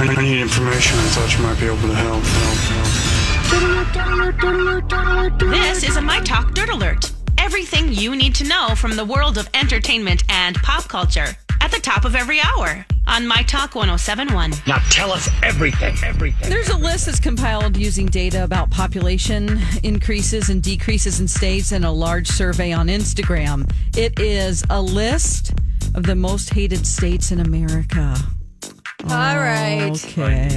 I need information. I thought you might be able to help. help, help. This is a My Talk Dirt Alert. Everything you need to know from the world of entertainment and pop culture at the top of every hour on My Talk 1071. Now tell us everything, everything. There's a list that's compiled using data about population increases and decreases in states and a large survey on Instagram. It is a list of the most hated states in America. All right. Okay.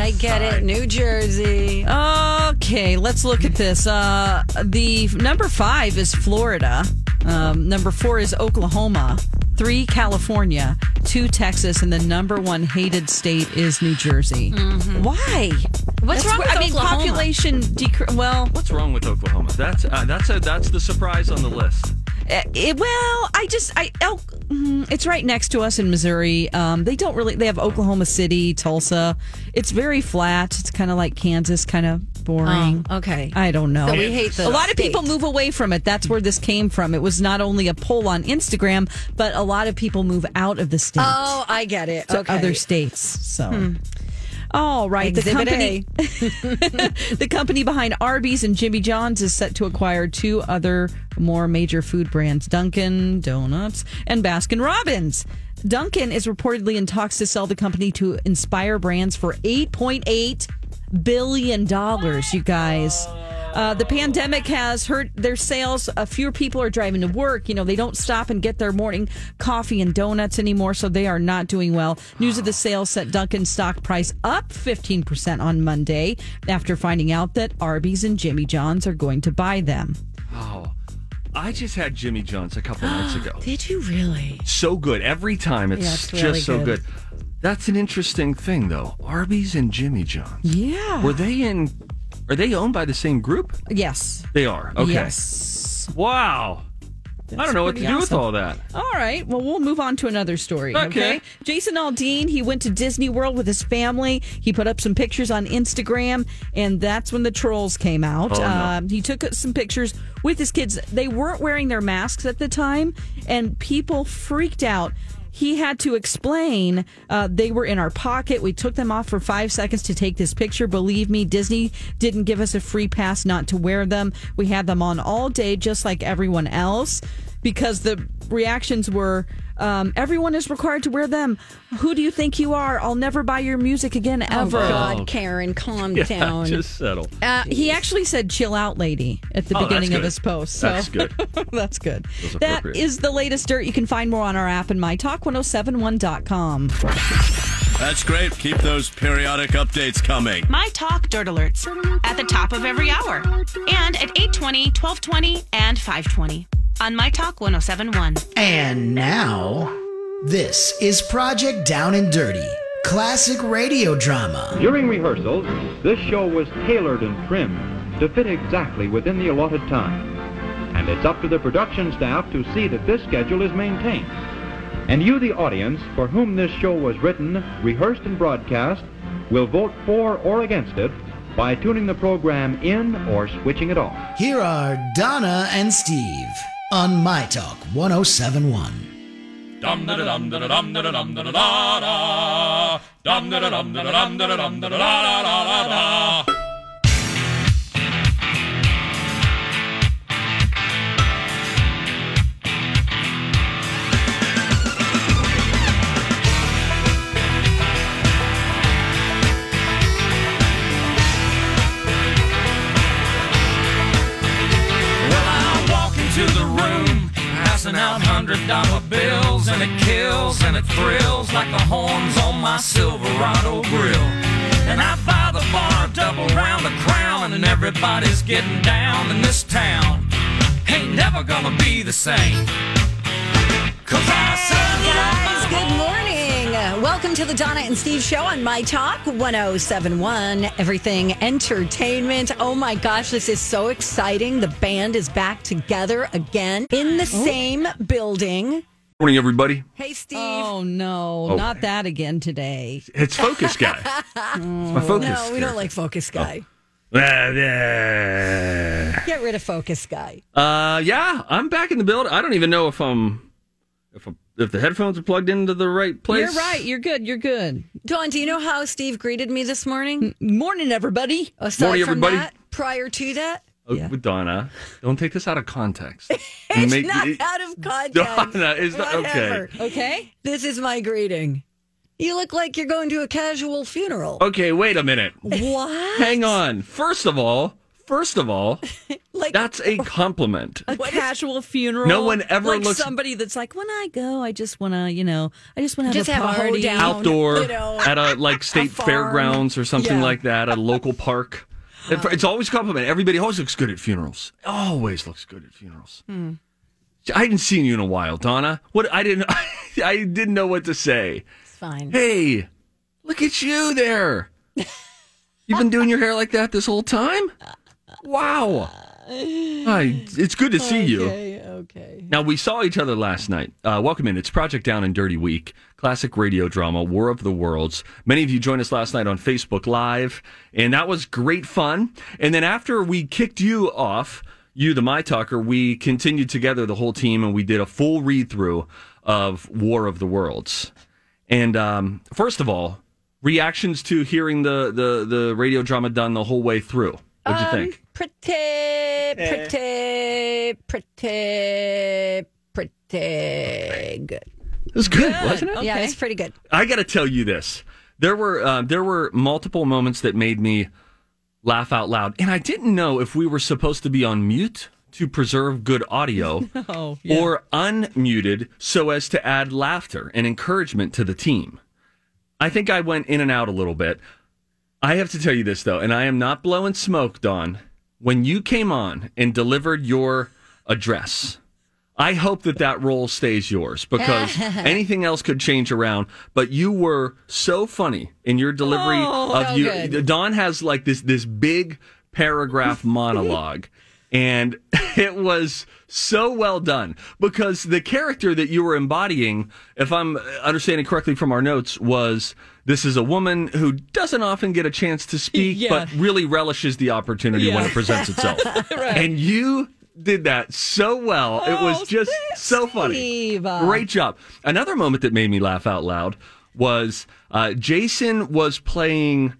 I get it. New Jersey. Okay, let's look at this. Uh, the f- number five is Florida. Um, number four is Oklahoma. Three, California. Two, Texas. And the number one hated state is New Jersey. Why? What's wrong with I mean, Oklahoma? population decrease. Well, What's wrong with Oklahoma? That's uh, that's a, that's the surprise on the list. Uh, it, well, I just I El, mm, it's right next to us in Missouri. Um, they don't really they have Oklahoma City, Tulsa. It's very flat. It's kind of like Kansas, kind of boring. Oh, okay. I don't know. So we hate the a lot of state. people move away from it. That's where this came from. It was not only a poll on Instagram, but a lot of people move out of the state Oh, I get it. to okay. Hmm. other states. So. All right, Exhibit the company the company behind Arby's and Jimmy John's is set to acquire two other more major food brands, Dunkin' Donuts and Baskin Robbins. Dunkin' is reportedly in talks to sell the company to Inspire Brands for 8.8 billion dollars, you guys. Uh, the pandemic has hurt their sales. Uh, fewer people are driving to work. You know, they don't stop and get their morning coffee and donuts anymore, so they are not doing well. News of the sale set Dunkin' stock price up 15% on Monday after finding out that Arby's and Jimmy John's are going to buy them. Oh, I just had Jimmy John's a couple nights ago. Did you really? So good every time. It's, Yeah, it's really just so good. good. That's an interesting thing though. Arby's and Jimmy John's. Yeah. Were they in? Are they owned by the same group? Yes. They are. Okay. Yes. Wow. I don't know what to pretty do with awesome. all that. All right. Well, we'll move on to another story. Okay. Okay. Jason Aldean, he went to Disney World with his family. He put up some pictures on Instagram, and that's when the trolls came out. no. Um, he took some pictures with his kids. They weren't wearing their masks at the time, and people freaked out. He had to explain uh, they were in our pocket. We took them off for five seconds to take this picture. Believe me, Disney didn't give us a free pass not to wear them. We had them on all day, just like everyone else, because the reactions were um, everyone is required to wear them. Who do you think you are? I'll never buy your music again Oh, ever. God, Karen, calm down. Just settle. Uh, he actually said "chill out, lady" at the Oh, that's beginning of good. his post. So That's good. that's good. Feels That appropriate. is the latest dirt. You can find more on our app and mytalk1071.com. That's great. Keep those periodic updates coming. My Talk Dirt Alerts at the top of every hour and at 820, 1220, and 520 on My Talk 1071. And now, this is Project Down and Dirty, classic radio drama. During rehearsals, this show was tailored and trimmed to fit exactly within the allotted time. And it's up to the production staff to see that this schedule is maintained. And you, the audience, for whom this show was written, rehearsed, and broadcast, will vote for or against it by tuning the program in or switching it off. Here are Donna and Steve on My Talk 1071. Dum da da dum da da dum da da dum da da da da. Dum da da dum da da dum da da dum da da da da da da. and it kills and it thrills like the horns on my Silverado grill. And I buy the bar double round the crown, and everybody's getting down in this town. Ain't never gonna be the same. Cause I said, Guys, good morning. Welcome to the Donna and Steve Show on My Talk 1071, Everything Entertainment. Oh my gosh, this is so exciting. The band is back together again in the Oh. same building. Morning, everybody. Hey, Steve. Oh, no. Oh. Not that again today. It's Focus Guy. my focus No, we don't character. like Focus Guy. Uh, Get rid of Focus Guy. yeah, I'm back in the build. I don't even know if I'm if i if the headphones are plugged into the right place. You're right. You're good. You're good. Dawn, do you know how Steve greeted me this morning? Morning, everybody. Aside Morning, from everybody. that, prior to that, Uh, Donna, don't take this out of context. it's Make- not it- out of context. Donna is not okay. Whatever. Okay. This is my greeting. You look like you're going to a casual funeral. Okay, wait a minute. What? Hang on. First of all, first of all, Like- oh. that's a compliment. A casual funeral. No one ever like looks- somebody that's like, when I go, I just want to, you know, I just want to have Just a have a party. hoedown. Outdoor you know, at a like state farm. fairgrounds or something Yeah. Uh-huh. like that, a local park. It- It's always a compliment. Everybody always looks good at funerals. Always looks good at funerals. Hmm. I hadn't seen you in a while, Donna. What I didn't I didn't know what to say. It's fine. Hey, look at you there. You've been doing your hair like that this whole time? Wow. Hi, it's good to see you. Okay, okay. Now, we saw each other last night. Uh, welcome in. It's Project Down and Dirty Week, classic radio drama, War of the Worlds. Many of you joined us last night on Facebook Live, and that was great fun. And then after we kicked you off, you, the My Talker, we continued together, the whole team, and we did a full read through of War of the Worlds. And um, first of all, reactions to hearing the, the, the radio drama done the whole way through. What'd you think? Pretty, pretty, pretty, pretty good. It was good, wasn't it? Yeah, it's pretty good. I got to tell you this. There were uh, there were multiple moments that made me laugh out loud, and I didn't know if we were supposed to be on mute to preserve good audio Oh, or unmuted so as to add laughter and encouragement to the team. I think I went in and out a little bit. I have to tell you this though, and I am not blowing smoke, Don. When you came on and delivered your address, I hope that that role stays yours because anything else could change around. But you were so funny in your delivery Oh, of so you. good. Don has like this this big paragraph monologue, and it was so well done because the character that you were embodying, if I'm understanding correctly from our notes, was this is a woman who doesn't often get a chance to speak, Yeah. but really relishes the opportunity when Yeah. it presents itself. And you did that so well. it Oh, was just so funny. Steve. Great job. Another moment that made me laugh out loud was uh, Jason was playing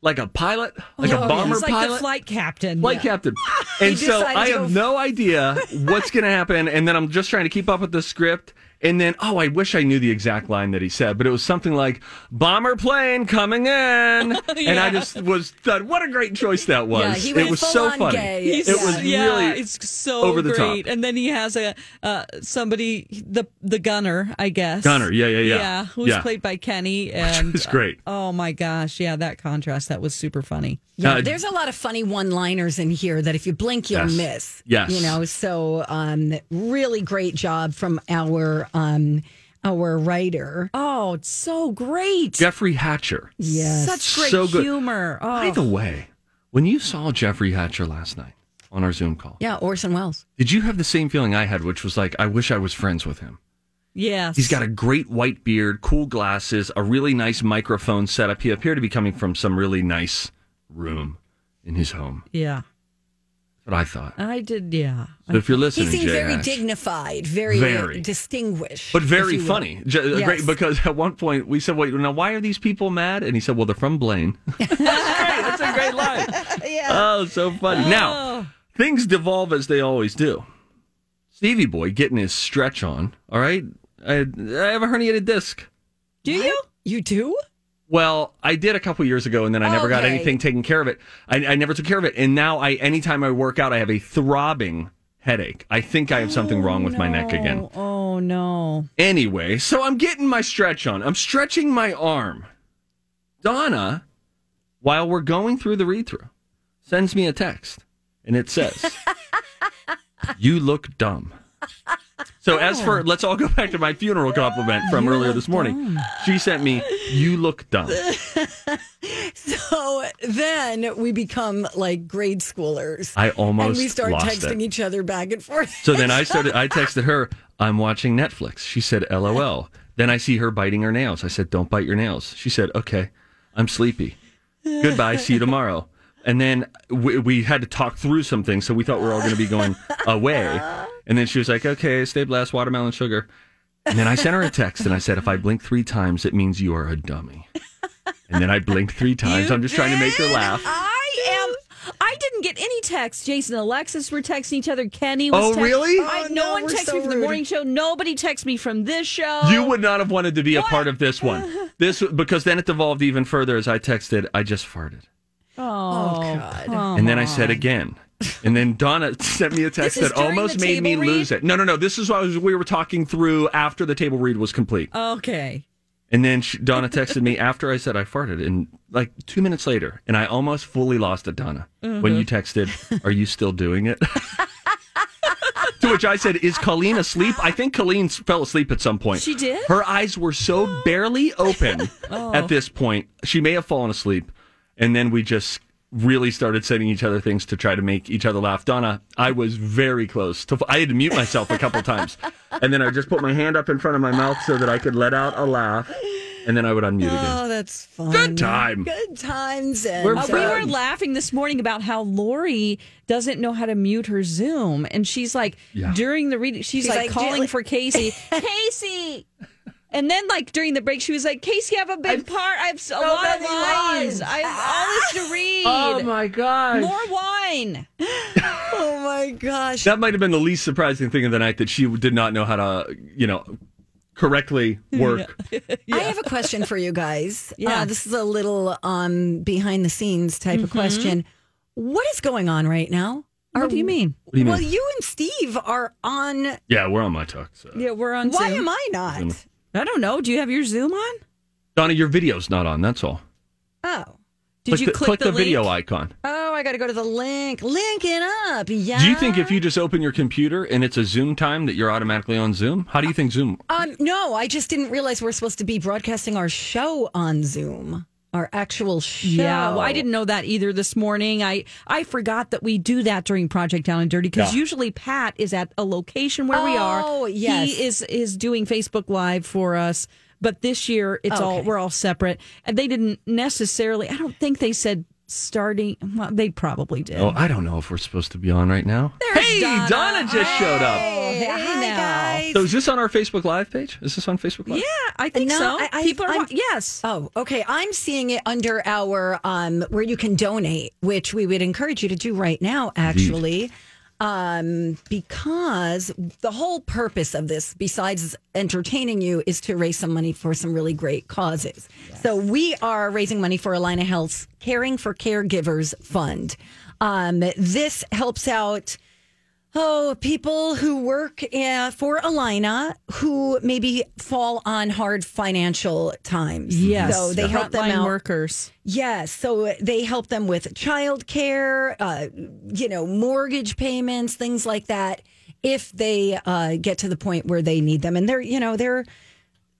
like a pilot, like Oh, a bomber he's like pilot. the flight captain. Yeah. Flight captain. And so decided I to have go- no idea what's going to happen. And then I'm just trying to keep up with the script. And then, oh, I wish I knew the exact line that he said, but it was something like "bomber plane coming in," and I just was thought, what a great choice that was. Yeah, he went it was full so on funny. gay. It He's- was yeah, really it's so over the great. top. And then he has a uh, somebody the the gunner, I guess. Gunner, yeah, yeah, yeah. Yeah, who's Yeah. played by Kenny and It's great. Oh my gosh, yeah, that contrast that was super funny. Yeah, Uh, there's a lot of funny one-liners in here that if you blink, you'll Yes. miss. Yes. you know. So, um, really great job from our um, our writer. Oh, it's so great. Jeffrey Hatcher. Yes. Such great So good. humor. Oh. By the way, when you saw Jeffrey Hatcher last night on our Zoom call, Yeah, Orson Welles. did you have the same feeling I had, which was like, I wish I was friends with him? yes. He's got a great white beard, cool glasses, a really nice microphone setup. He appeared to be coming from some really nice room in his home. Yeah. That's what I thought. I did yeah. So if you're He listening, seemed Jay very Ash, dignified, very, Very. distinguished, But if very you will. funny. J- uh, Yes. Great, because at one point we said, wait, now why are these people mad? And he said, well, they're from Blaine. That's great. That's a great line. Oh, so funny. Now, Oh. things devolve as they always do. Stevie Boy getting his stretch on, all right? I, I have a herniated disc. Do you? You do? Well, I did a couple years ago, and then I never got Okay. anything taken care of it. I, I never took care of it, and now I anytime I work out, I have a throbbing headache. I think I have something wrong with my neck again. Oh Oh no. Anyway, so I'm getting my stretch on. I'm stretching my arm. Donna, while we're going through the read through, sends me a text and it says, You look dumb. So, as for let's all go back to my funeral compliment from earlier this morning, she sent me, You look dumb. So then we become like grade schoolers. I almost and we start lost texting it. each other back and forth. So then I started. I texted her. I'm watching Netflix. She said, "LOL." Then I see her biting her nails. I said, "Don't bite your nails." She said, "Okay, I'm sleepy. Goodbye. See you tomorrow." And then we, we had to talk through some things, so we thought we were all going to be going away. And then she was like, "Okay, stay blessed, watermelon sugar." And then I sent her a text and I said, "If I blink three times, it means you are a dummy." And then I blinked three times. I'm just trying to make her laugh. I am. I didn't get any texts. Jason and Alexis were texting each other. Kenny was Oh, text- really? I, Oh, no, no, one we're texted so me from the rude. morning show. Nobody texted me from this show. You would not have wanted to be a part of this one. This because then it devolved even further as I texted, I just farted. Oh, God. Oh. and then I said again. And then Donna sent me a text This is that during almost the made me table read? lose it. No, no, no. This is what I was, we were talking through after the table read was complete. Okay. And then she, Donna texted me after I said I farted, and like two minutes later, and I almost fully lost it, Donna, when Mhm. you texted, Are you still doing it? to which I said, Is Colleen asleep? I think Colleen s- fell asleep at some point. She did? Her eyes were so barely open Oh. at this point. She may have fallen asleep. And then we just really started sending each other things to try to make each other laugh. Donna, I was very close. To, I had to mute myself a couple times. And then I just put my hand up in front of my mouth so that I could let out a laugh. And then I would unmute again. Oh, that's fun. Good time. Good times. And We're Uh, we were friends. laughing this morning about how Lori doesn't know how to mute her Zoom, and she's like Yeah. during the reading, she's, She's like, like, calling "Julie- for Casey, Casey. And then, like during the break, she was like, "Casey, I have a big part. I have so a lot of many lines. lines. I have all this to read. Oh, my gosh. More wine. oh my gosh. That might have been the least surprising thing of the night that she did not know how to, you know, correctly work. I have a question for you ah. guys. Yeah. Uh, this is a little um, behind the scenes type of Mhm. question. What is going on right now? What do you mean? What do you mean? Well, you and Steve are on. Yeah, we're on my talk. So. Yeah, we're on. Why Zoom. am I not? I don't know. Do you have your Zoom on? Donna, your video's not on. That's all. Oh. Did you the, click click the the, video link? icon? Oh, I got to go to the link. Linking up. Yeah. Do you think if you just open your computer and it's a Zoom time that you're automatically on Zoom? How do you think Zoom? Um, no, I just didn't realize we're supposed to be broadcasting our show on Zoom, our actual show. Yeah, well, I didn't know that either this morning. I I forgot that we do that during Project Down and Dirty because Yeah. usually Pat is at a location where we are. Oh, yes. he is is doing Facebook Live for us. But this year, it's all Okay. we're all separate, and they didn't necessarily. I don't think they said starting. Well, they probably did. Oh, I don't know if we're supposed to be on right now. hey, Donna, just showed up. Hey, now. So is this on our Facebook Live page? Is this on Facebook Live? Yeah, I think so. People are wa- yes. Oh, okay. I'm seeing it under our um where you can donate, which we would encourage you to do right now, actually. Um, because the whole purpose of this, besides entertaining you, is to raise some money for some really great causes. So we are raising money for Alina Health's Caring for Caregivers Fund. Um, this helps out Oh, people who work uh, for Alina who maybe fall on hard financial times. Yes, So they help them frontline out. workers. Yes. So they help them with childcare, uh, you know, mortgage payments, things like that. If they uh, get to the point where they need them, and they're, you know, they're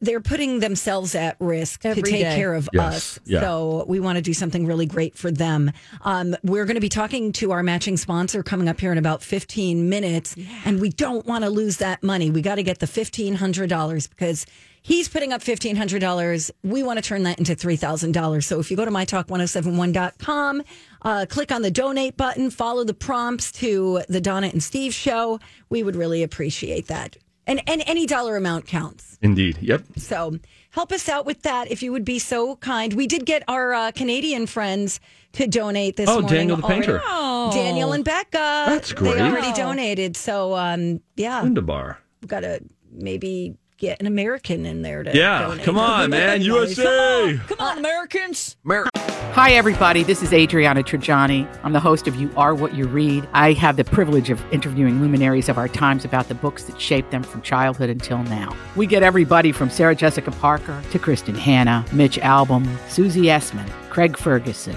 they're putting themselves at risk to Every take day. care of Yes, us. yeah. So we want to do something really great for them. Um, we're going to be talking to our matching sponsor coming up here in about 15 minutes, and we don't want to lose that money. We got to get the $1,500 because he's putting up $1,500. We want to turn that into $3,000. So if you go to mytalk1071.com, uh, click on the donate button, follow the prompts to the Donna and Steve show. We would really appreciate that. And, and any dollar amount counts. Indeed. Yep. So help us out with that if you would be so kind. We did get our uh, Canadian friends to donate this Oh, morning. Daniel the already. painter. Oh. Daniel and Becca. That's great. They Oh. already donated. So, um, yeah, Wunderbar. we've got to maybe get an American in there to Yeah. donate. Come on, man. USA. Come on, Americans. Mer- Hi, everybody. This is Adriana Trajani. I'm the host of You Are What You Read. I have the privilege of interviewing luminaries of our times about the books that shaped them from childhood until now. We get everybody from Sarah Jessica Parker to Kristen Hanna, Mitch Albom, Susie Essman, Craig Ferguson,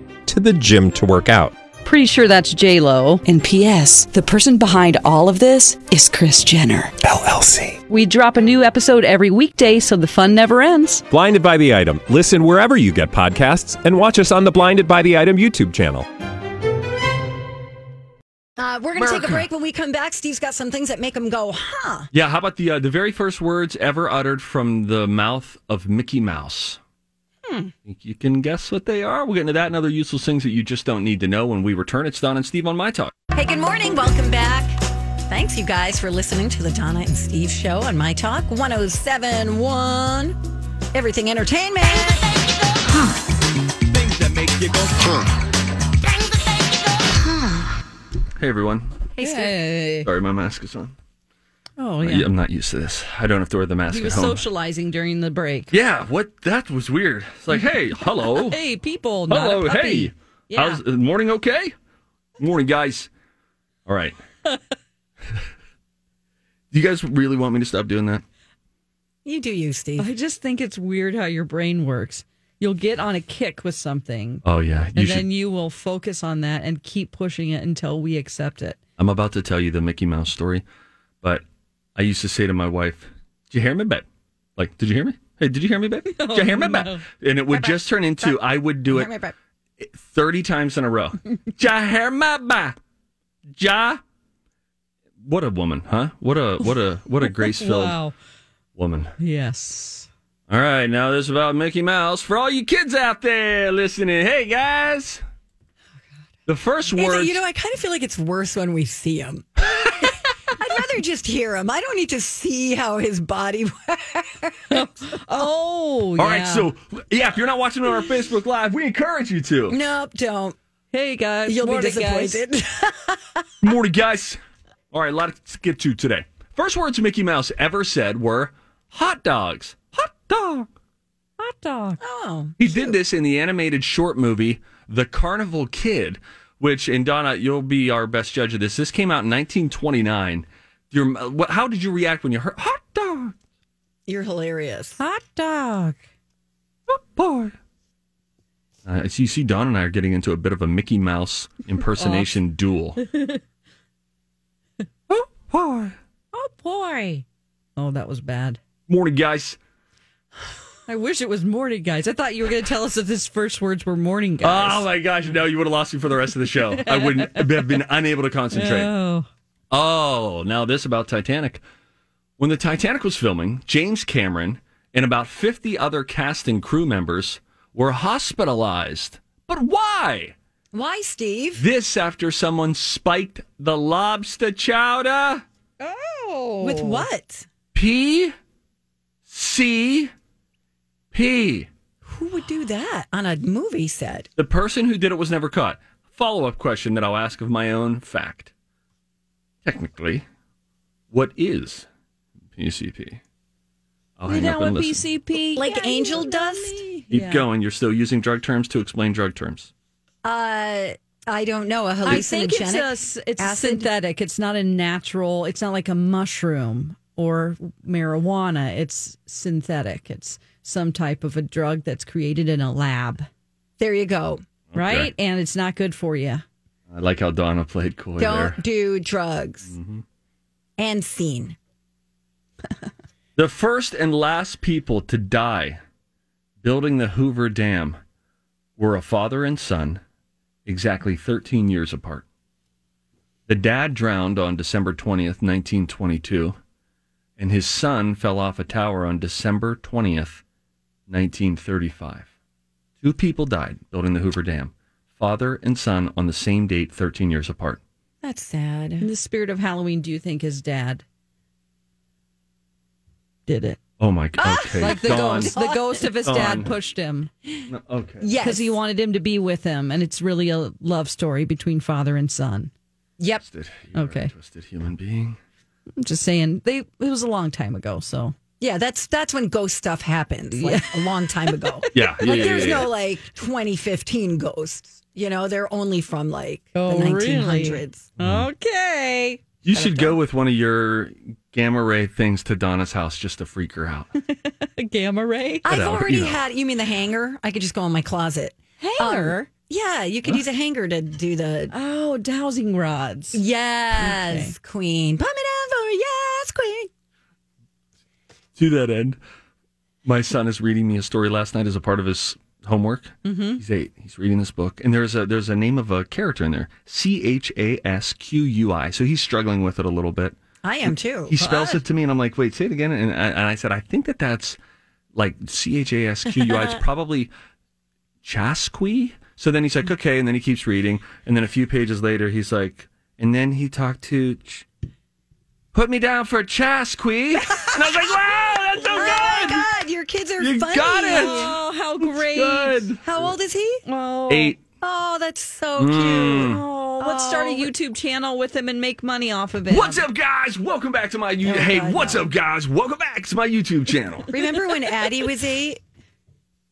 to the gym to work out. Pretty sure that's J Lo. And P.S. The person behind all of this is Chris Jenner LLC. We drop a new episode every weekday, so the fun never ends. Blinded by the item. Listen wherever you get podcasts, and watch us on the Blinded by the Item YouTube channel. Uh, we're going to take a break when we come back. Steve's got some things that make him go, huh? Yeah, how about the uh, the very first words ever uttered from the mouth of Mickey Mouse? Hmm. Think you can guess what they are? We'll get into that and other useless things that you just don't need to know when we return. It's Don and Steve on My Talk. Hey, good morning. Welcome back. Thanks, you guys, for listening to the Donna and Steve show on My Talk 1071. Everything Entertainment. Things that make you go, Hey, everyone. Hey, Steve. Sorry, my mask is on. Oh, I- yeah. I'm not used to this. I don't have to wear the mask He at was home. socializing during the break. Yeah, what? That was weird. It's like, hey, hello. Hey, people. Not hello, a puppy. hey. Yeah. How's uh, morning okay? Morning, guys. All right. Do you guys really want me to stop doing that? You do you, Steve. I just think it's weird how your brain works. You'll get on a kick with something. Oh, yeah. You and should- then you will focus on that and keep pushing it until we accept it. I'm about to tell you the Mickey Mouse story, but I used to say to my wife, "Did you hear me, babe? Like, did you hear me? Hey, did you hear me, babe? Oh, Did you hear me, babe?" And it would just turn into I would do it 30 times in a row. Ja hear me, babe? Ja. What a woman, huh? What a what a what a grace-filled Wow. woman. Yes. All right, now this is about Mickey Mouse for all you kids out there listening. Hey guys, Oh, the first It's- word. You know, I kind of feel like it's worse when we see him. I'd rather just hear him. I don't need to see how his body works. oh, All right, so yeah, if you're not watching on our Facebook Live, we encourage you to. Nope, don't. Hey, guys. You'll be morning, guys. disappointed. Morning, guys. All right, a lot to get to today. First words Mickey Mouse ever said were hot dogs. Hot dog. Hot dog. Oh. He did this in the animated short movie The Carnival Kid, which, and Donna, you'll be our best judge of this. This came out in 1929. Your, uh, what, how did you react when you heard hot dog? You're hilarious. Hot dog. boy. Uh, so you see, Don and I are getting into a bit of a Mickey Mouse impersonation duel. oh, boy. Oh, boy. Oh, that was bad. Morning, guys. I wish it was morning, guys. I thought you were going to tell us that his first words were morning, guys. Oh my gosh! No, you would have lost me for the rest of the show. I wouldn't have been unable to concentrate. Oh. Oh, now this about Titanic. When the Titanic was filming, James Cameron and about 50 other cast and crew members were hospitalized. But why? Why, Steve? This after someone spiked the lobster chowder. Oh. With what? P C P. Who would do that on a movie set? The person who did it was never caught. Follow up question that I'll ask of my own fact. Technically, what is PCP? I'll you hang up know what and listen. PCP? Like Yeah, angel you know dust? me. Keep Yeah. going. You're still using drug terms to explain drug terms. Uh, I don't know. A hallucinogenic. I think it's a, s- it's acid? synthetic. It's not a natural. It's not like a mushroom or marijuana. It's synthetic. It's some type of a drug that's created in a lab, There you go. right? And it's not good for you. I like how Donna played coy don't there. Mm-hmm. do drugs. And scene. The first and last people to die building the Hoover Dam were a father and son, exactly 13 years apart. The dad drowned on December 20th, 1922, and his son fell off a tower on December 20th, 1935. Two people died building the Hoover Dam father and son on the same date, 13 years apart. That's sad. In the spirit of Halloween, do you think his dad did it? Oh my God. Okay. Ah! Like the Dawn. ghost, the ghost of his dad Dawn. pushed him. No, okay. Yes. because he wanted him to be with him, and it's really a love story between father and son. Yep. Okay. Twisted human being. I'm just saying they. It was a long time ago, so Yeah, that's that's when ghost stuff happens, like a long time ago. Yeah, yeah, like yeah, there's yeah, no yeah. like 2015 ghosts. You know, they're only from like the 1900s. Okay. You should go with one of your gamma ray things to Donna's house just to freak her out. A gamma ray. I've Whatever, already you know. had. You mean the hanger? I could just go in my closet. Hanger? Um, yeah, you could use a hanger to do the. Oh, dowsing rods. Yes, queen. Pump it out for yes, queen. to that end, my son is reading me a story last night as a part of his homework. Mm-hmm. Mhm. He's eight. He's reading this book, and there's a there's a name of a character in there, C H A S Q U I. So he's struggling with it a little bit. I am too. He spells it to me, and I'm like, "Wait, say it again." And I, and I said, "I think that that's like C H A S Q U I. It's probably Chasqui." So then he's like, "Okay," and then he keeps reading, and then a few pages later, he's like, "And then he talked to." Ch- Put me down for Chasqui. And I was like, wow, that's so Oh my good. God, your kids are You funny. got it. Oh, how great. good. How old is he? Oh, Eight. Oh, that's so Mm. cute. Oh, let's start a YouTube channel with him and make money off of it. What's up, guys? Welcome back to my Oh, YouTube. hey, what's up, guys? Welcome back to my YouTube channel. Remember when Addie was eight?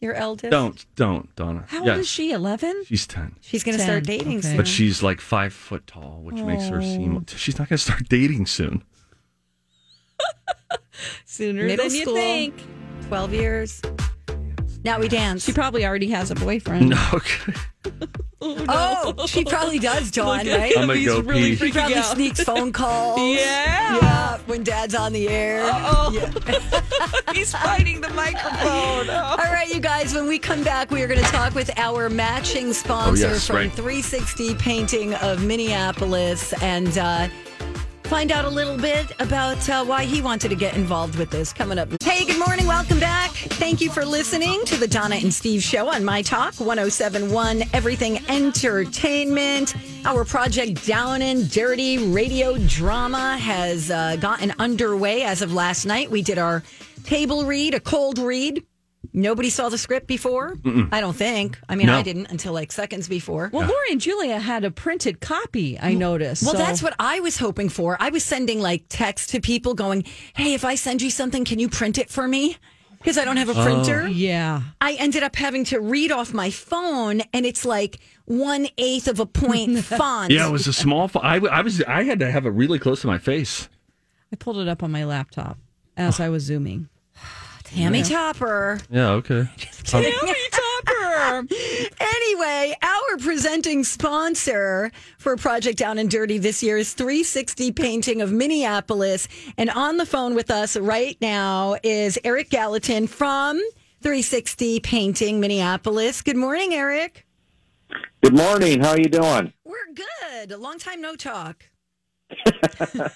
Your eldest? don't, don't, Donna. How old Yes. is she? Eleven. She's ten, She's going to start dating soon. but she's like five foot tall, which makes her seem she's not going to start dating soon. Sooner Middle than you school. think. 12 years. Now we dance. She probably already has a boyfriend. No, okay. Oh, she probably does, Dawn, Look at right? I'm gonna go pee. She probably out. sneaks phone calls. Yeah. Yeah, when dad's on the air. Oh, He's fighting the microphone. All right, you guys, when we come back, we are going to talk with our Oh, matching sponsor yes, from right. 360 Painting of Minneapolis and uh, find out a little bit about uh, why he wanted to get involved with this coming up. Hey, good morning. Welcome back. Thank you for listening to the Donna and Steve show on My Talk 1071 Everything Entertainment. Our project Down and Dirty radio drama has uh, gotten underway as of last night. We did our table read, a cold read. Nobody saw the script before? Mm-mm. I don't think. I mean, No. I didn't until like seconds before. Well, Lori and Julia had a printed copy. I noticed. Well, so- that's what I was hoping for. I was sending like texts to people going, "Hey, if I send you something, can you print it for me?" Because I don't have a Oh. printer. Yeah. I ended up having to read off my phone, and it's like one eighth of a point font. Yeah, it was a small. fo- I, w- I was. I had to have it really close to my face. I pulled it up on my laptop as I was zooming. Tammy Topper. Yeah. Okay. Topper. anyway, our presenting sponsor for Project Down and Dirty this year is 360 Painting of Minneapolis. And on the phone with us right now is Eric Gallatin from 360 Painting Minneapolis. Good morning, Eric. Good morning. How are you doing? We're good. A long time no talk.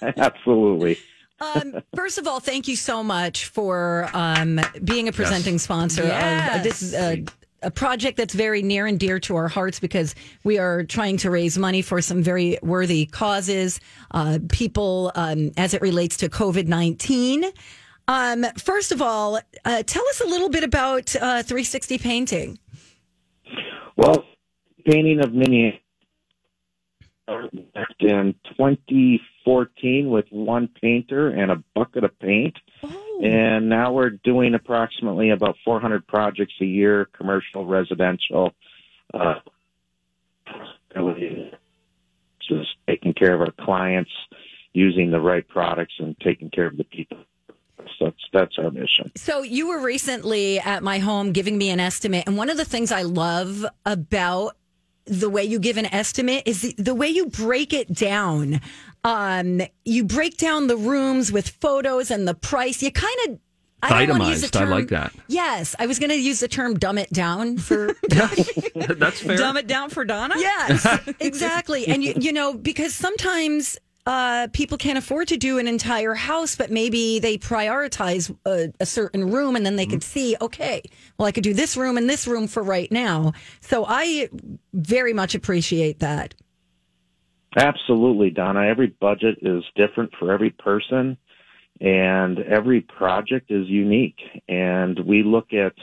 Absolutely. Um, first of all, thank you so much for um, being a presenting sponsor of Yes. this is a, a project that's very near and dear to our hearts because we are trying to raise money for some very worthy causes, uh, people um, as it relates to COVID nineteen. Um, first of all, uh, tell us a little bit about uh, 360 painting. Well, painting of Minneapolis started back in 2014 with one painter and a bucket of paint. Oh. And now we're doing approximately about 400 projects a year, commercial, residential. Uh, really just taking care of our clients, using the right products, and taking care of the people. So that's, that's our mission. So you were recently at my home giving me an estimate, and one of the things I love about the way you give an estimate is the, the way you break it down. Um, you break down the rooms with photos and the price. You kind of I don't wanna use the Itemized. I term- like that. Yes, I was going to use the term "dumb it down" for That's fair. Dumb it down for Donna. Yes, exactly. And you, you know, because sometimes uh, people can't afford to do an entire house, but maybe they prioritize a, a certain room and then they could Mm-hmm. see, okay, well, I could do this room and this room for right now. So I very much appreciate that. Absolutely, Donna. Every budget is different for every person, and every project is unique. And we look at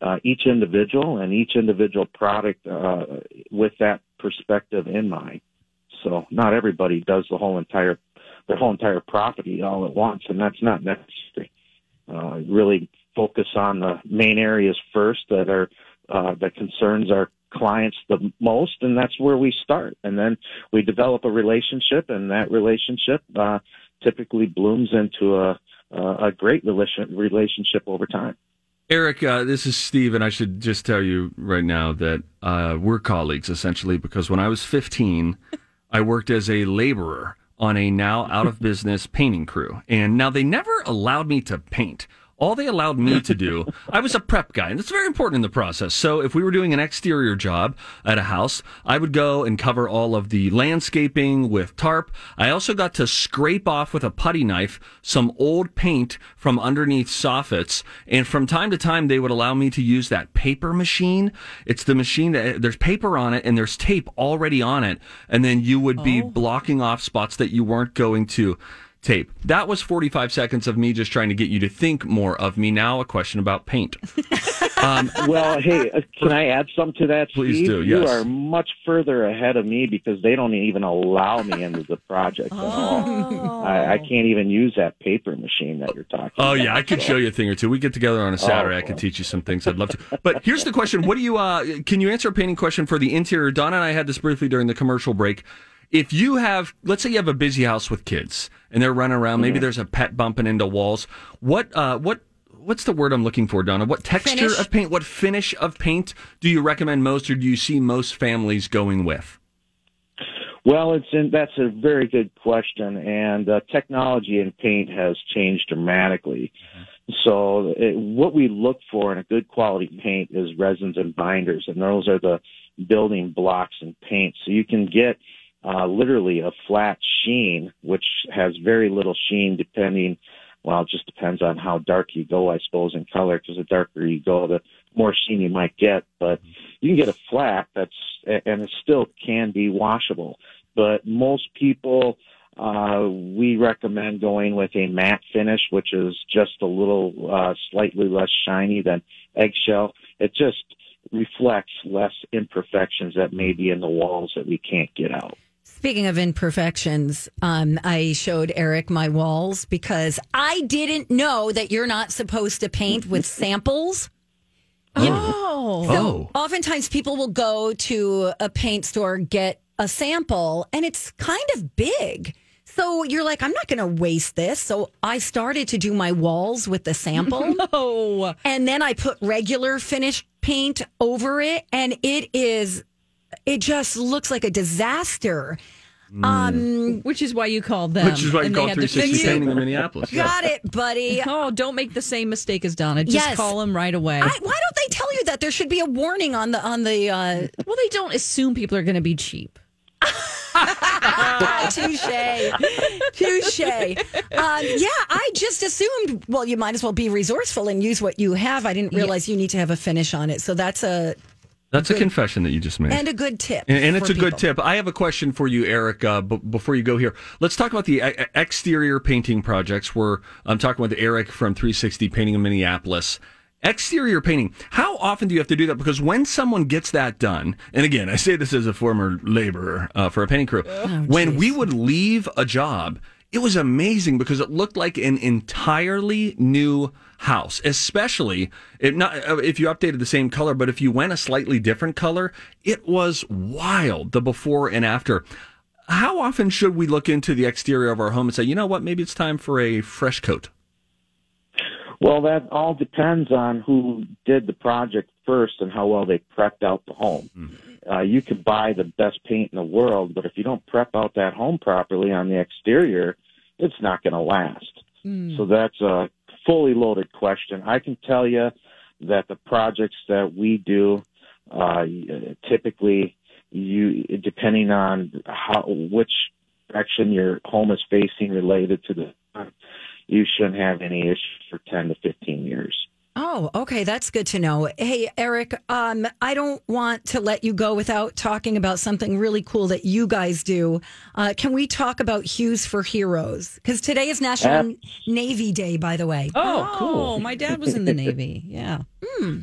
uh, each individual and each individual product uh, with that perspective in mind. So not everybody does the whole entire the whole entire property all at once, and that's not necessary. Uh, really focus on the main areas first that are uh, that concerns our clients the most, and that's where we start. And then we develop a relationship, and that relationship uh, typically blooms into a a a great relation, relationship over time. Eric, uh, this is Steve, and I should just tell you right now that uh, we're colleagues essentially because when I was 15, I worked as a laborer on a now out of business painting crew. And now they never allowed me to paint. All they allowed me to do, I was a prep guy, and it's very important in the process. So if we were doing an exterior job at a house, I would go and cover all of the landscaping with tarp. I also got to scrape off with a putty knife some old paint from underneath soffits. And from time to time, they would allow me to use that paper machine. It's the machine that there's paper on it and there's tape already on it. And then you would be blocking off spots that you weren't going to tape. That was 45 seconds of me just trying to get you to think more of me. Now, a question about paint. Um, well, hey, uh, can I add some to that? Please Steve? do, You yes. are much further ahead of me because they don't even allow me into the project at all. I, I can't even use that paper machine that you're talking. Oh yeah, I could show you a thing or two. We get together Oh, on a Saturday. I could teach you some things. I'd love to. But here's the question: What do you? Uh, can you answer a painting question for the interior? Donna and I had this briefly during the commercial break. If you have, let's say, you have a busy house with kids and they're running around. Mm-hmm. Maybe there's a pet bumping into walls. What? Uh, what? What's the word I'm looking for, Donna? What texture Finish. of paint? What finish of paint do you recommend most, or do you see most families going with? Well, it's in, that's a very good question, and uh, technology in paint has changed dramatically. So, it, what we look for in a good quality paint is resins and binders, and those are the building blocks in paint. So you can get uh, literally a flat sheen, which has very little sheen, depending. Well, it just depends on how dark you go, I suppose, in color. Because the darker you go, the more sheen you might get. But you can get a flat that's and it still can be washable. But most people, uh, we recommend going with a matte finish, which is just a little uh, slightly less shiny than eggshell. It just reflects less imperfections that may be in the walls that we can't get out. Speaking of imperfections, um, I showed Eric my walls because I didn't know that you're not supposed to paint with samples. Oh. So oftentimes people will go to a paint store, get a sample, and it's kind of big. So you're like, I'm not going to waste this. So I started to do my walls with the sample. no. And then I put regular finished paint over it, and it is, it just looks like a disaster. Mm. Um, which is why you called them. Which is why you and they called had to 360 fix it. Painting in Minneapolis, yeah. Got it, buddy. Oh, don't make the same mistake as Donna. Just Yes. call them right away. I, why don't they tell you that there should be a warning on the on the? Uh, well, they don't assume people are going to be cheap. Touche. Touche. Um, yeah, I just assumed, well, you might as well be resourceful and use what you have. I didn't realize you need to have a finish on it. So that's a, That's a confession that you just made. and a good tip. And, and it's for a good people. tip. I have a question for you, Eric. Uh, b- before you go here, let's talk about the e- exterior painting projects. We're I'm talking with Eric from 360 Painting in Minneapolis. Exterior painting. How often do you have to do that? Because when someone gets that done, and again, I say this as a former laborer uh, for a painting crew, Oh, when we would leave a job, it was amazing because it looked like an entirely new house especially if not uh, if you updated the same color but if you went a slightly different color it was wild the before and after how often should we look into the exterior of our home and say you know what maybe it's time for a fresh coat Well, that all depends on who did the project first and how well they prepped out the home. Uh, you could buy the best paint in the world, but if you don't prep out that home properly on the exterior, it's not going to last. Hmm. So that's a fully loaded question. I can tell you that the projects that we do, uh, typically, you depending on how which direction your home is facing related to the sun, you shouldn't have any issues for 10 to 15 years. Oh, okay. That's good to know. Hey, Eric, um, I don't want to let you go without talking about something really cool that you guys do. Uh, can we talk about Hues for Heroes? Because today is National Ab- Navy Day, by the way. Oh, cool. my dad was in the Navy. Yeah. Hmm.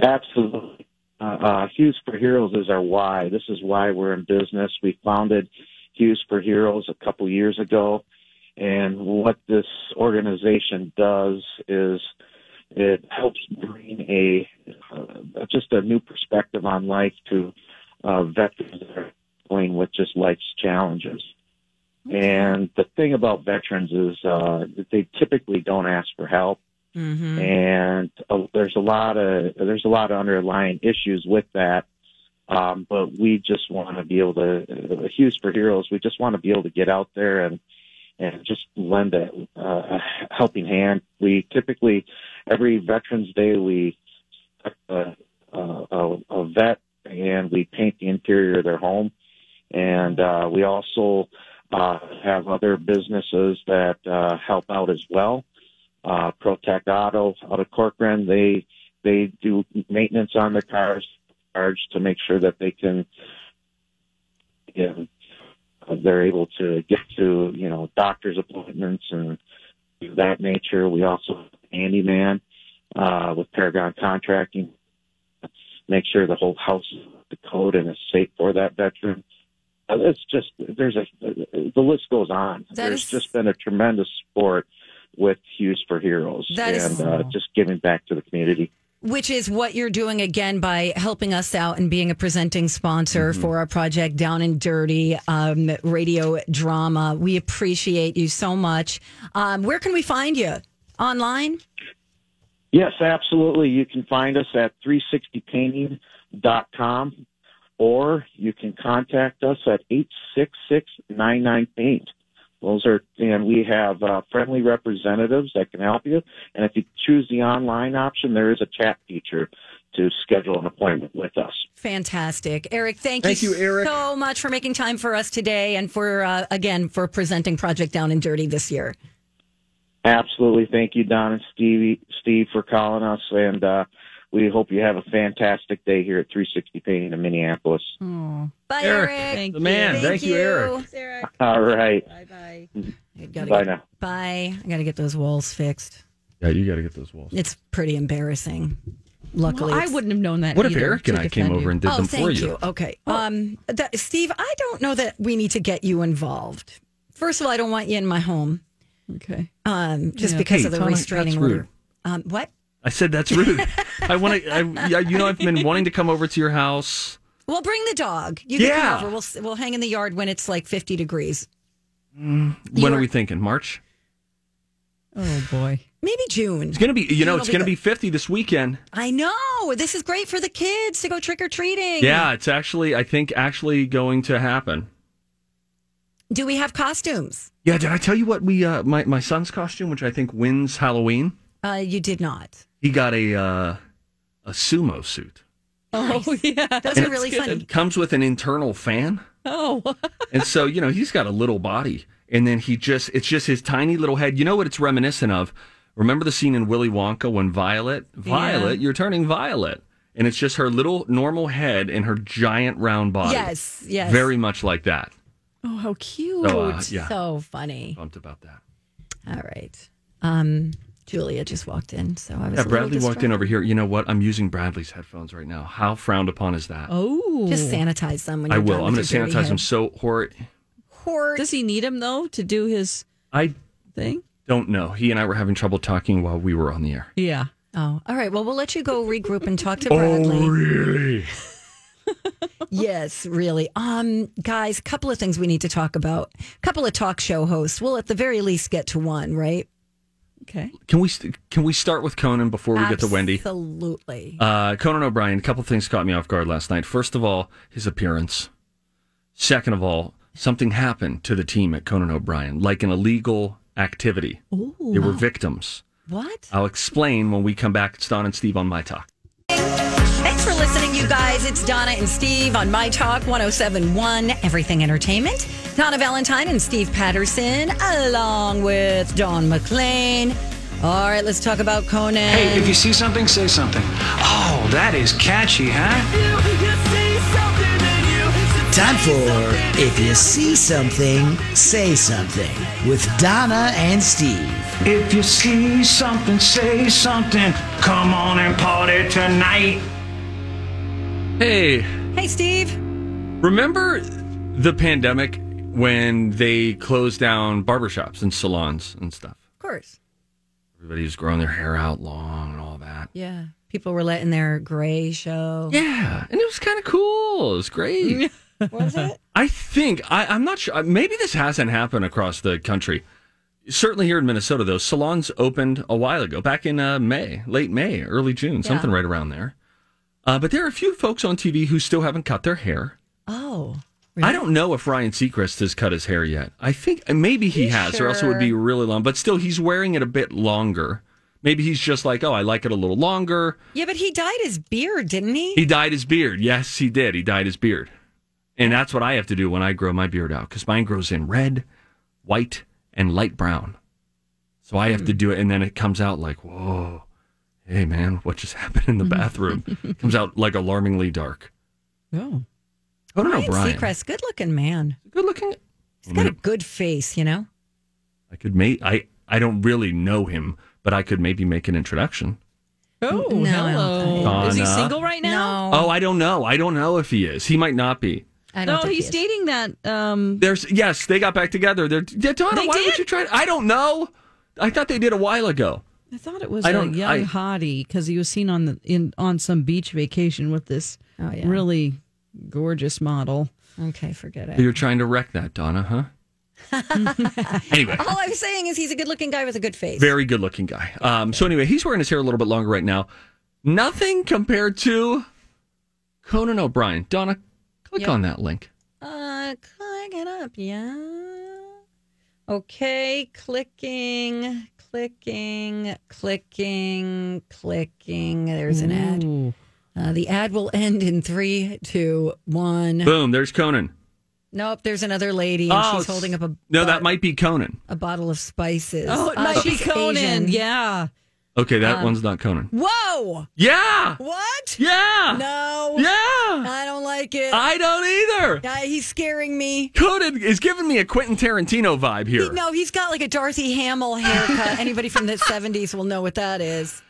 Absolutely. Uh, uh, Hughes for Heroes is our why. This is why we're in business. We founded Hughes for Heroes a couple years ago. And what this organization does is it helps bring a uh, just a new perspective on life to uh, veterans that are dealing with just life's challenges. And the thing about veterans is uh, that they typically don't ask for help Mm-hmm. and uh, there's a lot of there's a lot of underlying issues with that. Um, but we just want to be able to, uh, Hughes for Heroes, we just want to be able to get out there and and just lend a, uh, a helping hand. We typically every Veterans Day we select a, a, a, a vet and we paint the interior of their home, and uh, we also uh, have other businesses that uh, help out as well uh, Protect Auto out of Corcoran. They they do maintenance on the cars, cars to make sure that they can, you know, they're able to get to you know doctor's appointments and of that nature. We also have handyman uh, with Paragon Contracting. Make sure the whole house is up to code and is safe for that veteran. Uh, It's just there's a the list goes on. That there's is- just been a tremendous sport with Hughes for Heroes That and is- uh, just giving back to the community. Which is what you're doing again by helping us out and being a presenting sponsor Mm-hmm. for our project Down and Dirty um, radio drama. We appreciate you so much. Um, where can we find you? Online? Yes, absolutely. You can find us at 360painting.com or you can contact us at 866-99-PAINT. Those are, and we have uh, friendly representatives that can help you. And if you choose the online option, there is a chat feature to schedule an appointment with us. Fantastic. Eric, thank, Thank you, Eric. so much for making time for us today and for, uh, again, for presenting Project Down and Dirty this year. Absolutely. Thank you, Don and Stevie, Steve, for calling us. And uh, we hope you have a fantastic day here at 360 Painting in Minneapolis. Bye, Eric, Eric. the man. Thank you, Eric. All right. Bye Bye bye. now. Bye. I got to get those walls fixed. Yeah, you got to get those walls. It's pretty embarrassing. Luckily, Well, I it's- wouldn't have known that. What if either, Eric and to I came defend over you. and did oh, them thank for you. you? Okay, um, that, Steve, I don't know that we need to get you involved. First of all, I don't want you in my home. Okay, um, just Yeah. because Hey, of the Tana, restraining that's rude. order. Um, what? I said that's rude. I want to. I, yeah, you know, I've been wanting to come over to your house. Well, bring the dog. You can Yeah. come over. We'll s- we'll hang in the yard when it's like fifty degrees. When are we thinking? March. Oh boy. Maybe June. It's gonna be. You know, It'll it's gonna good. be 50 this weekend. I know. This is great for the kids to go trick or treating. Yeah, it's actually. I think actually going to happen. Do we have costumes? Yeah. Did I tell you what we? Uh, my my son's costume, which I think wins Halloween. Uh, you did not. He got a uh, a sumo suit. Oh yeah, those And are really funny. It comes with an internal fan. Oh, and so you know he's got a little body and then he just it's just his tiny little head you know what it's reminiscent of remember the scene in willy wonka when violet violet you're turning violet and it's just her little normal head and her giant round body Yes, yes. very much like that Oh, how cute. So, uh, yeah. Oh. So funny. bumped about that All right. Um, Julia just walked in, so I was. a yeah little bradley walked in distracted. over here you know what i'm using bradley's headphones right now how frowned upon is that Oh, just sanitize them. When i you're will done i'm with going to your dirty sanitize them head. so hor Does he need him though to do his i thing? don't know he and i were having trouble talking while we were on the air Yeah. Oh, all right. Well, we'll let you go regroup and talk to Oh. Bradley. really Yes, really. Um, guys, couple of things we need to talk about. Couple of talk show hosts. We'll at the very least get to one, right? Okay. Can we st- can we start with Conan before we get to Wendy? Absolutely. Uh, Conan O'Brien. A couple things caught me off guard last night. First of all, his appearance. Second of all, something happened to the team at Conan O'Brien, like an illegal activity. Ooh. They were victims. What? I'll explain when we come back. It's Don and Steve on my talk. Thanks for listening, you guys. It's Donna and Steve on My Talk 1071, Everything Entertainment. Donna Valentine and Steve Patterson, along with Don McLean. All right, let's talk about Conan. Hey, if you see something, say something. Oh, that is catchy, huh? Time for If You See Something, Say Something with Donna and Steve. If you see something, say something. Come on and party tonight. Hey, Hey, Steve. remember the pandemic when they closed down barbershops and salons and stuff? Of course. Everybody was growing their hair out long and all that. Yeah. People were letting their gray show. Yeah. And it was kind of cool. It was great. Was it? I think I, I'm not sure. Maybe this hasn't happened across the country. Certainly here in Minnesota, though, salons opened a while ago, back in uh, May, late May, early June, something right around there. Uh, but there are a few folks on TV who still haven't cut their hair. Oh. I don't know if Ryan Seacrest has cut his hair yet. I think and maybe he has, or else it would be really long. But still, he's wearing it a bit longer. Maybe he's just like, oh, I like it a little longer. Yeah, but he dyed his beard, didn't he? He dyed his beard. Yes, he did. He dyed his beard. And that's what I have to do when I grow my beard out because mine grows in red, white, and light brown. So I have to do it. And then it comes out like, whoa, hey, man, what just happened in the bathroom? It comes out like alarmingly dark. No. I don't know, Oh. Ryan Brian. Seacrest, good looking man. Good looking. He's got a good face, you know? I could make, I, I don't really know him, but I could maybe make an introduction. Oh, hello. Is he Donna. single right now? Oh, I don't know. I don't know if he is. He might not be. I no, he's dating that. Um, There's yes, they got back together. They're yeah, Donna. They why did? would you try? I don't know. I thought they did a while ago. I thought it was I a don't- young I- hottie because he was seen on the in on some beach vacation with this really gorgeous model. Oh, Okay, forget You're trying to wreck that, Donna, huh? anyway, All I'm saying is he's a good looking guy with a good face. very good looking guy. Um, so anyway, he's wearing his hair a little bit longer right now. Nothing compared to Conan O'Brien. Donna, click Yep. on that link. Uh, click it up, yeah. Okay, clicking, clicking, clicking, clicking. There's an ad. Uh, the ad will end in three, two, one. Boom. There's Conan. Nope, there's another lady, and Oh, she's holding up a No, that might be Conan. a bottle of spices. Uh, Oh, it might be she's Conan. Asian. Yeah. Okay, that Um, one's not Conan. Whoa. Yeah. What? Yeah. No. Yeah. I don't like it. I don't either. Uh, he's scaring me. Conan is giving me a Quentin Tarantino vibe here. He- no, he's got like a Dorothy Hamill haircut. Anybody from the 70s will know what that is.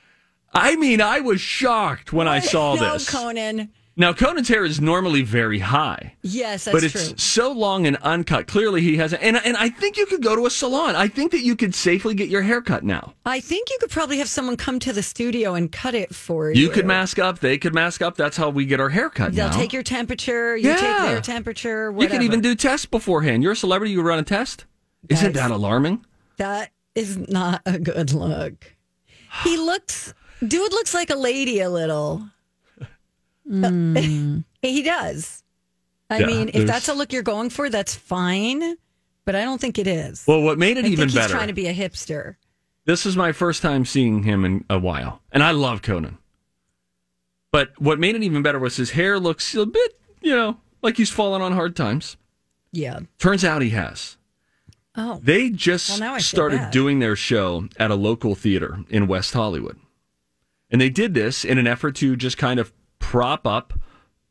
I mean, I was shocked when I saw no, this. Conan. Now, Conan's hair is normally very high. Yes, that's but it's true. so long and uncut. Clearly, he hasn't. And, and I think you could go to a salon. I think that you could safely get your hair cut now. I think you could probably have someone come to the studio and cut it for you. You could mask up. They could mask up. That's how we get our hair cut They'll now. take your temperature. You take Yeah. their temperature. you Whatever. can even do tests beforehand. You're a celebrity. You run a test. Isn't that alarming? That is not a good look. He looks, dude looks like a lady a little. he does. I Yeah, mean, if there's- that's a look you're going for, that's fine. But I don't think it is. Well, what made it I even think he's better? trying to be a hipster. This is my first time seeing him in a while, and I love Conan. But what made it even better was his hair looks a bit, you know, like he's fallen on hard times. Yeah. Turns out he has. Oh. They just Well, now I feel started bad. doing their show at a local theater in West Hollywood. And they did this in an effort to just kind of prop up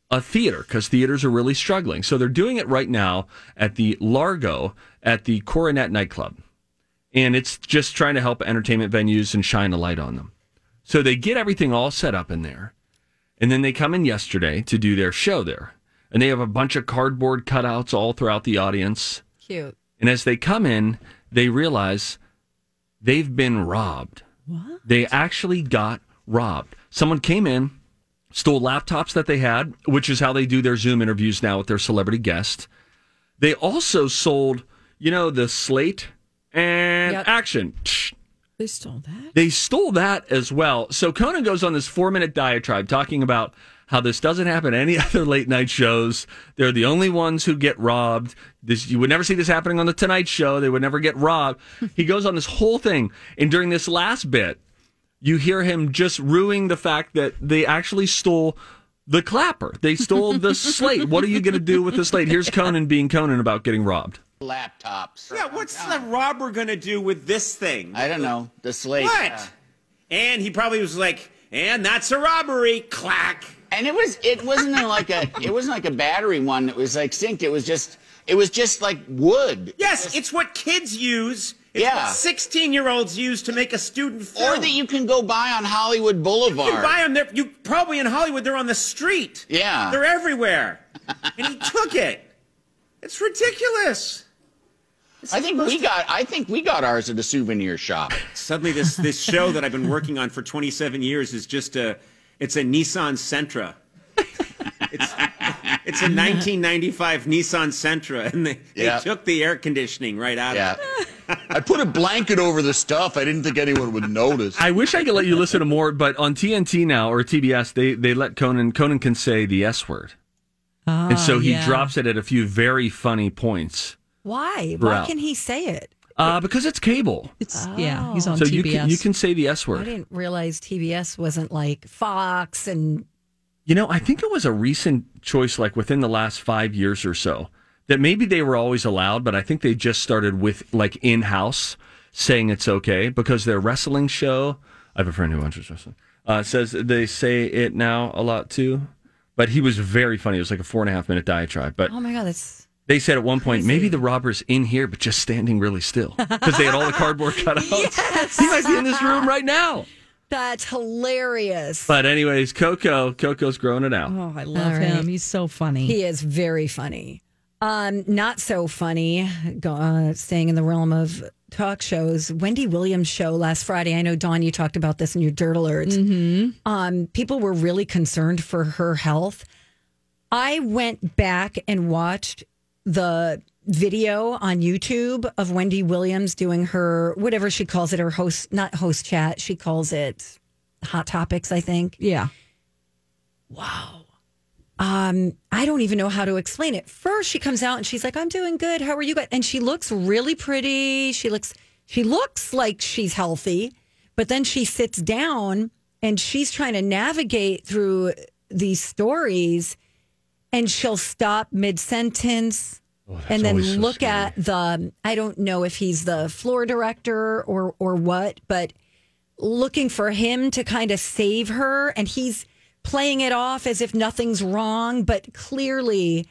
a theater because theaters are really struggling. So they're doing it right now at the Largo at the Coronet nightclub. And it's just trying to help entertainment venues and shine a light on them. So they get everything all set up in there. And then they come in yesterday to do their show there. And they have a bunch of cardboard cutouts all throughout the audience. Cute. And as they come in, they realize they've been robbed. What? They actually got robbed. Someone came in, stole laptops that they had, which is how they do their Zoom interviews now with their celebrity guest. They also sold, you know, the slate and Yep. action. They stole that. They stole that as well. So Conan goes on this four minute diatribe talking about how this doesn't happen at any other late night shows. They're the only ones who get robbed. This you would never see this happening on the Tonight Show. They would never get robbed. he goes on this whole thing, and during this last bit, you hear him just ruining the fact that they actually stole the clapper. They stole the slate. What are you going to do with the slate? Here's Conan being Conan about getting robbed. Laptops. Yeah, what's the robber gonna do with this thing? I don't know. The slate. Uh, What? Yeah. And he probably was like, and that's a robbery. Clack. And it was it wasn't a- like a it wasn't like a battery one that was like synced. It was just it was just like wood. Yes, it's what kids use. It's Yeah. what 16 year olds use to make a student film. Or that you can go buy on Hollywood Boulevard. You can buy them. There, you probably in Hollywood. They're on the street. Yeah. They're everywhere. and he took it. It's ridiculous. I think we got I think we got ours at a souvenir shop. Suddenly, this this show that I've been working on for 27 years is just a it's a Nissan Sentra. It's it's a 1995 Nissan Sentra, and they, they Yeah. took the air conditioning right out of it. I put a blanket over the stuff. I didn't think anyone would notice. I wish I could let you listen to more, but on TNT now or TBS, they, they let Conan Conan can say the S word, and so he Oh, drops it at a few very funny points. Why? Why Throughout. can he say it? Uh, because it's cable. It's yeah. He's on so TBS. you can you can say the S I word. didn't realize TBS wasn't like Fox and You know, I think it was a recent choice, like within the last five years or so, that maybe they were always allowed, but I think they just started with like in house saying it's okay because their wrestling show. I have a friend who watches wrestling. Uh, says that they say it now a lot too, but he was very funny. It was like a four and a half minute diatribe, but. oh my god, that's They said at one point, maybe the robber's in here, but just standing really still because they had all the cardboard cutouts. He might be in this room right now. that's hilarious. But anyways, Coco, Coco's growing it out. Oh, I love him. He's so funny. He is very funny. Um, not so funny. Go, uh, staying in the realm of talk shows, Wendy Williams' show last Friday. I know Dawn, you talked about this in your dirt alerts. Mm-hmm. Um, people were really concerned for her health. I went back and watched the video on YouTube of Wendy Williams doing her whatever she calls it, her host, not host chat. She calls it hot topics. I think. Yeah. um, I don't even know how to explain it. First, she comes out and she's like, "I'm doing good. How are you guys?" And she looks really pretty. She looks she looks like she's healthy, but then she sits down and she's trying to navigate through these stories, and she'll stop mid sentence. and then Oh, always so look at the I don't know if he's the floor director or or what, but looking for him to kind of save her and he's playing it off as if nothing's wrong but clearly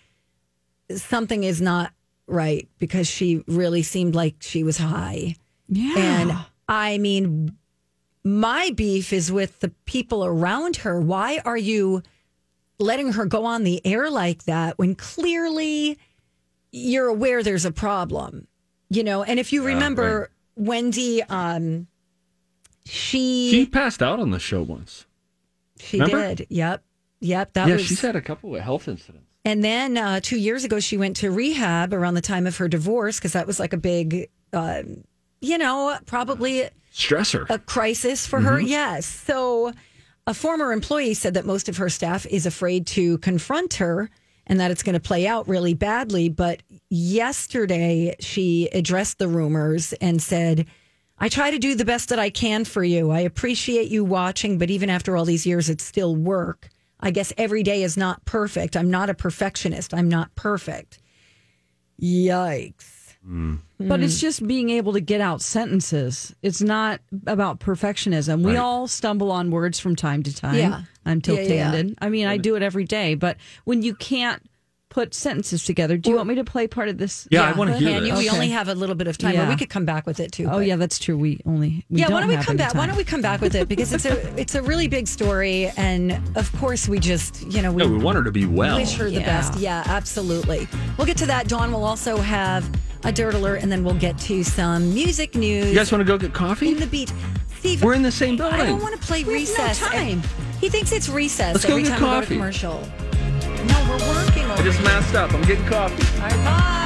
something is not right because she really seemed like she was high yeah and i mean my beef is with the people around her why are you letting her go on the air like that when clearly you're aware there's a problem you know and if you Yeah, remember wendy um she She passed out on the show once. she Remember? did. Yep. Yep. That yeah, was. she's had a couple of health incidents. and then uh, two years ago, she went to rehab around the time of her divorce because that was like a big, uh, you know, probably Stressor. a crisis for her. Mhm. Yes. So a former employee said that most of her staff is afraid to confront her and that it's going to play out really badly. But yesterday she addressed the rumors and said, I try to do the best that I can for you. I appreciate you watching, but even after all these years, it's still work. I guess every day is not perfect. I'm not a perfectionist. I'm not perfect. Yikes. But it's just being able to get out sentences. It's not about perfectionism. We Right. all stumble on words from time to time. Yeah. I'm Yeah, yeah, tilt-handed. yeah. I mean, I do it every day, but when you can't put sentences together, do you want me to play part of this? Yeah, I wanna hear And you, this. we Okay. only have a little bit of time, Yeah. or we could come back with it too. Oh but- yeah, that's true. We only we yeah, Don't why don't we have come any back? Why time. don't we come back with it because it's a it's a really big story, and of course we just you know we, No, we want her to be well. wish her the Yeah. best. Yeah, absolutely. We'll get to that. Dawn will also have a dirt alert, and then we'll get to some music news. You guys want to go get coffee? in the beat? Steve, We're in the same I building. don't want to play We have no recess. time. He thinks it's recess Let's go every get time we go coffee. to commercial. No, we're working. I just messed up. I'm getting coffee. All right, bye.